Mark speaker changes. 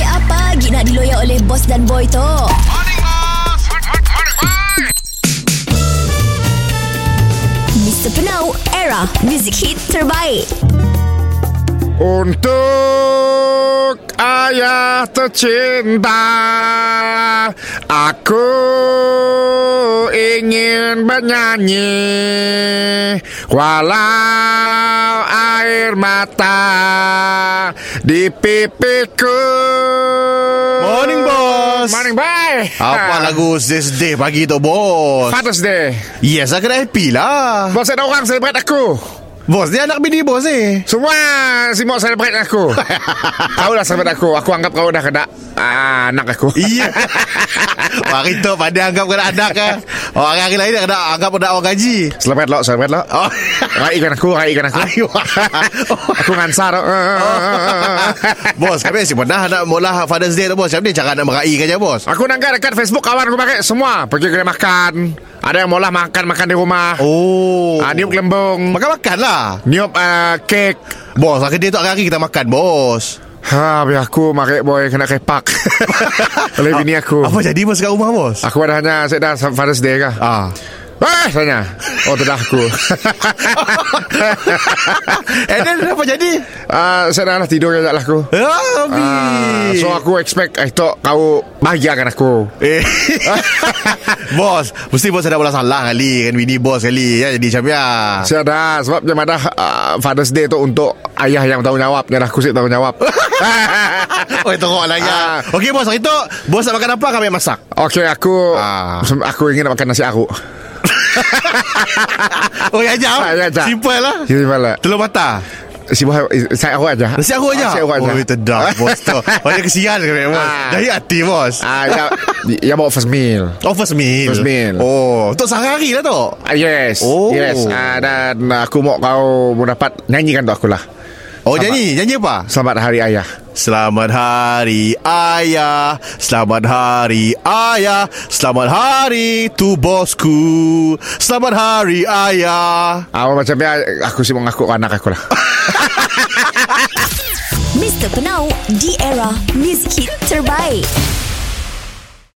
Speaker 1: lagi nak diloyak oleh bos dan boy tu? Mr. Penau, era music hit terbaik.
Speaker 2: Untuk ayah tercinta Aku ingin bernyanyi Walau air mata di pipiku
Speaker 3: Morning, bos.
Speaker 2: Morning bye
Speaker 3: Apa lagu Zizday pagi tu bos
Speaker 2: Father's Day
Speaker 3: Yes aku dah happy lah
Speaker 2: Bos ada orang celebrate aku
Speaker 3: Bos ni anak bini bos ni
Speaker 2: Semua Simok celebrate aku Kau dah celebrate aku Aku anggap kau dah kena ah, Anak aku
Speaker 3: Iya Hari tu pada anggap kena anak kan oh, Hari-hari lain dia kena anggap kena orang gaji
Speaker 2: Selamat lo, selamat lo.
Speaker 3: Oh.
Speaker 2: Raikan lah. aku, raikan aku.
Speaker 3: Ayo.
Speaker 2: aku ngansar.
Speaker 3: Bos kami si pernah nak mula Father's Day tu bos Macam ni cara nak meraikan je bos
Speaker 2: Aku nanggap dekat Facebook kawan aku pakai semua. Pergi kedai makan. Ada yang maulah makan-makan di rumah. Oh.
Speaker 3: Oh
Speaker 2: Ah, niup gelembung.
Speaker 3: Makan-makan lah
Speaker 2: Niup ah, kek.
Speaker 3: Bos hari dia tu hari-hari kita makan bos
Speaker 2: Ha, biar aku makai boy kena kepak. Oleh bini aku.
Speaker 3: Apa jadi bos kat rumah bos
Speaker 2: Aku ada hanya Saya dah Father's Day kah
Speaker 3: Ah.
Speaker 2: Eh tanya Oh tu dah aku
Speaker 3: And then apa Eh, jadi
Speaker 2: Ah, Saya dah lah tidur kejap lah aku
Speaker 3: Ah, Abi
Speaker 2: Ah, So aku expect I thought kau Bahagiakan aku
Speaker 3: Eh. bos, mesti bos ada bola salah kali kan bini bos kali ya jadi macam ya.
Speaker 2: Saya dah Sebab dia madah uh, Father's Day tu Untuk ayah yang tanggungjawab Dia dah kusik tanggungjawab
Speaker 3: Oi teruk lah ya.
Speaker 2: Ah.
Speaker 3: Okey bos, hari tu bos nak makan apa kami masak?
Speaker 2: Okay aku
Speaker 3: Ah.
Speaker 2: sem- Aku ingin nak makan nasi aku
Speaker 3: Oi aja.
Speaker 2: Ah, ya, jap.
Speaker 3: Simple lah.
Speaker 2: Jadi malah
Speaker 3: Telur mata.
Speaker 2: Si boy Saya aku aja Ah,
Speaker 3: Nasi aku aja. Oh,
Speaker 2: Nasi aku aja
Speaker 3: Oi terdak bos tu. Banyak kesian kami bos.
Speaker 2: Ah.
Speaker 3: Dari hati bos.
Speaker 2: Ah, ya, ya bawa first meal
Speaker 3: Oh first meal.
Speaker 2: First meal.
Speaker 3: Oh, untuk sehari lah tu.
Speaker 2: Ah, Yes
Speaker 3: Oh.
Speaker 2: Yes ah, Dan aku mau kau Mendapat Nyanyikan tu aku lah
Speaker 3: Oh nyanyi, nyanyi apa?
Speaker 2: Selamat Hari Ayah
Speaker 3: Selamat hari ayah Selamat hari ayah Selamat hari tu bosku Selamat hari ayah
Speaker 2: Awal macamnya Ah, Aku sih mengaku anak aku lah
Speaker 1: Mr. Penau, di era music hit terbaik.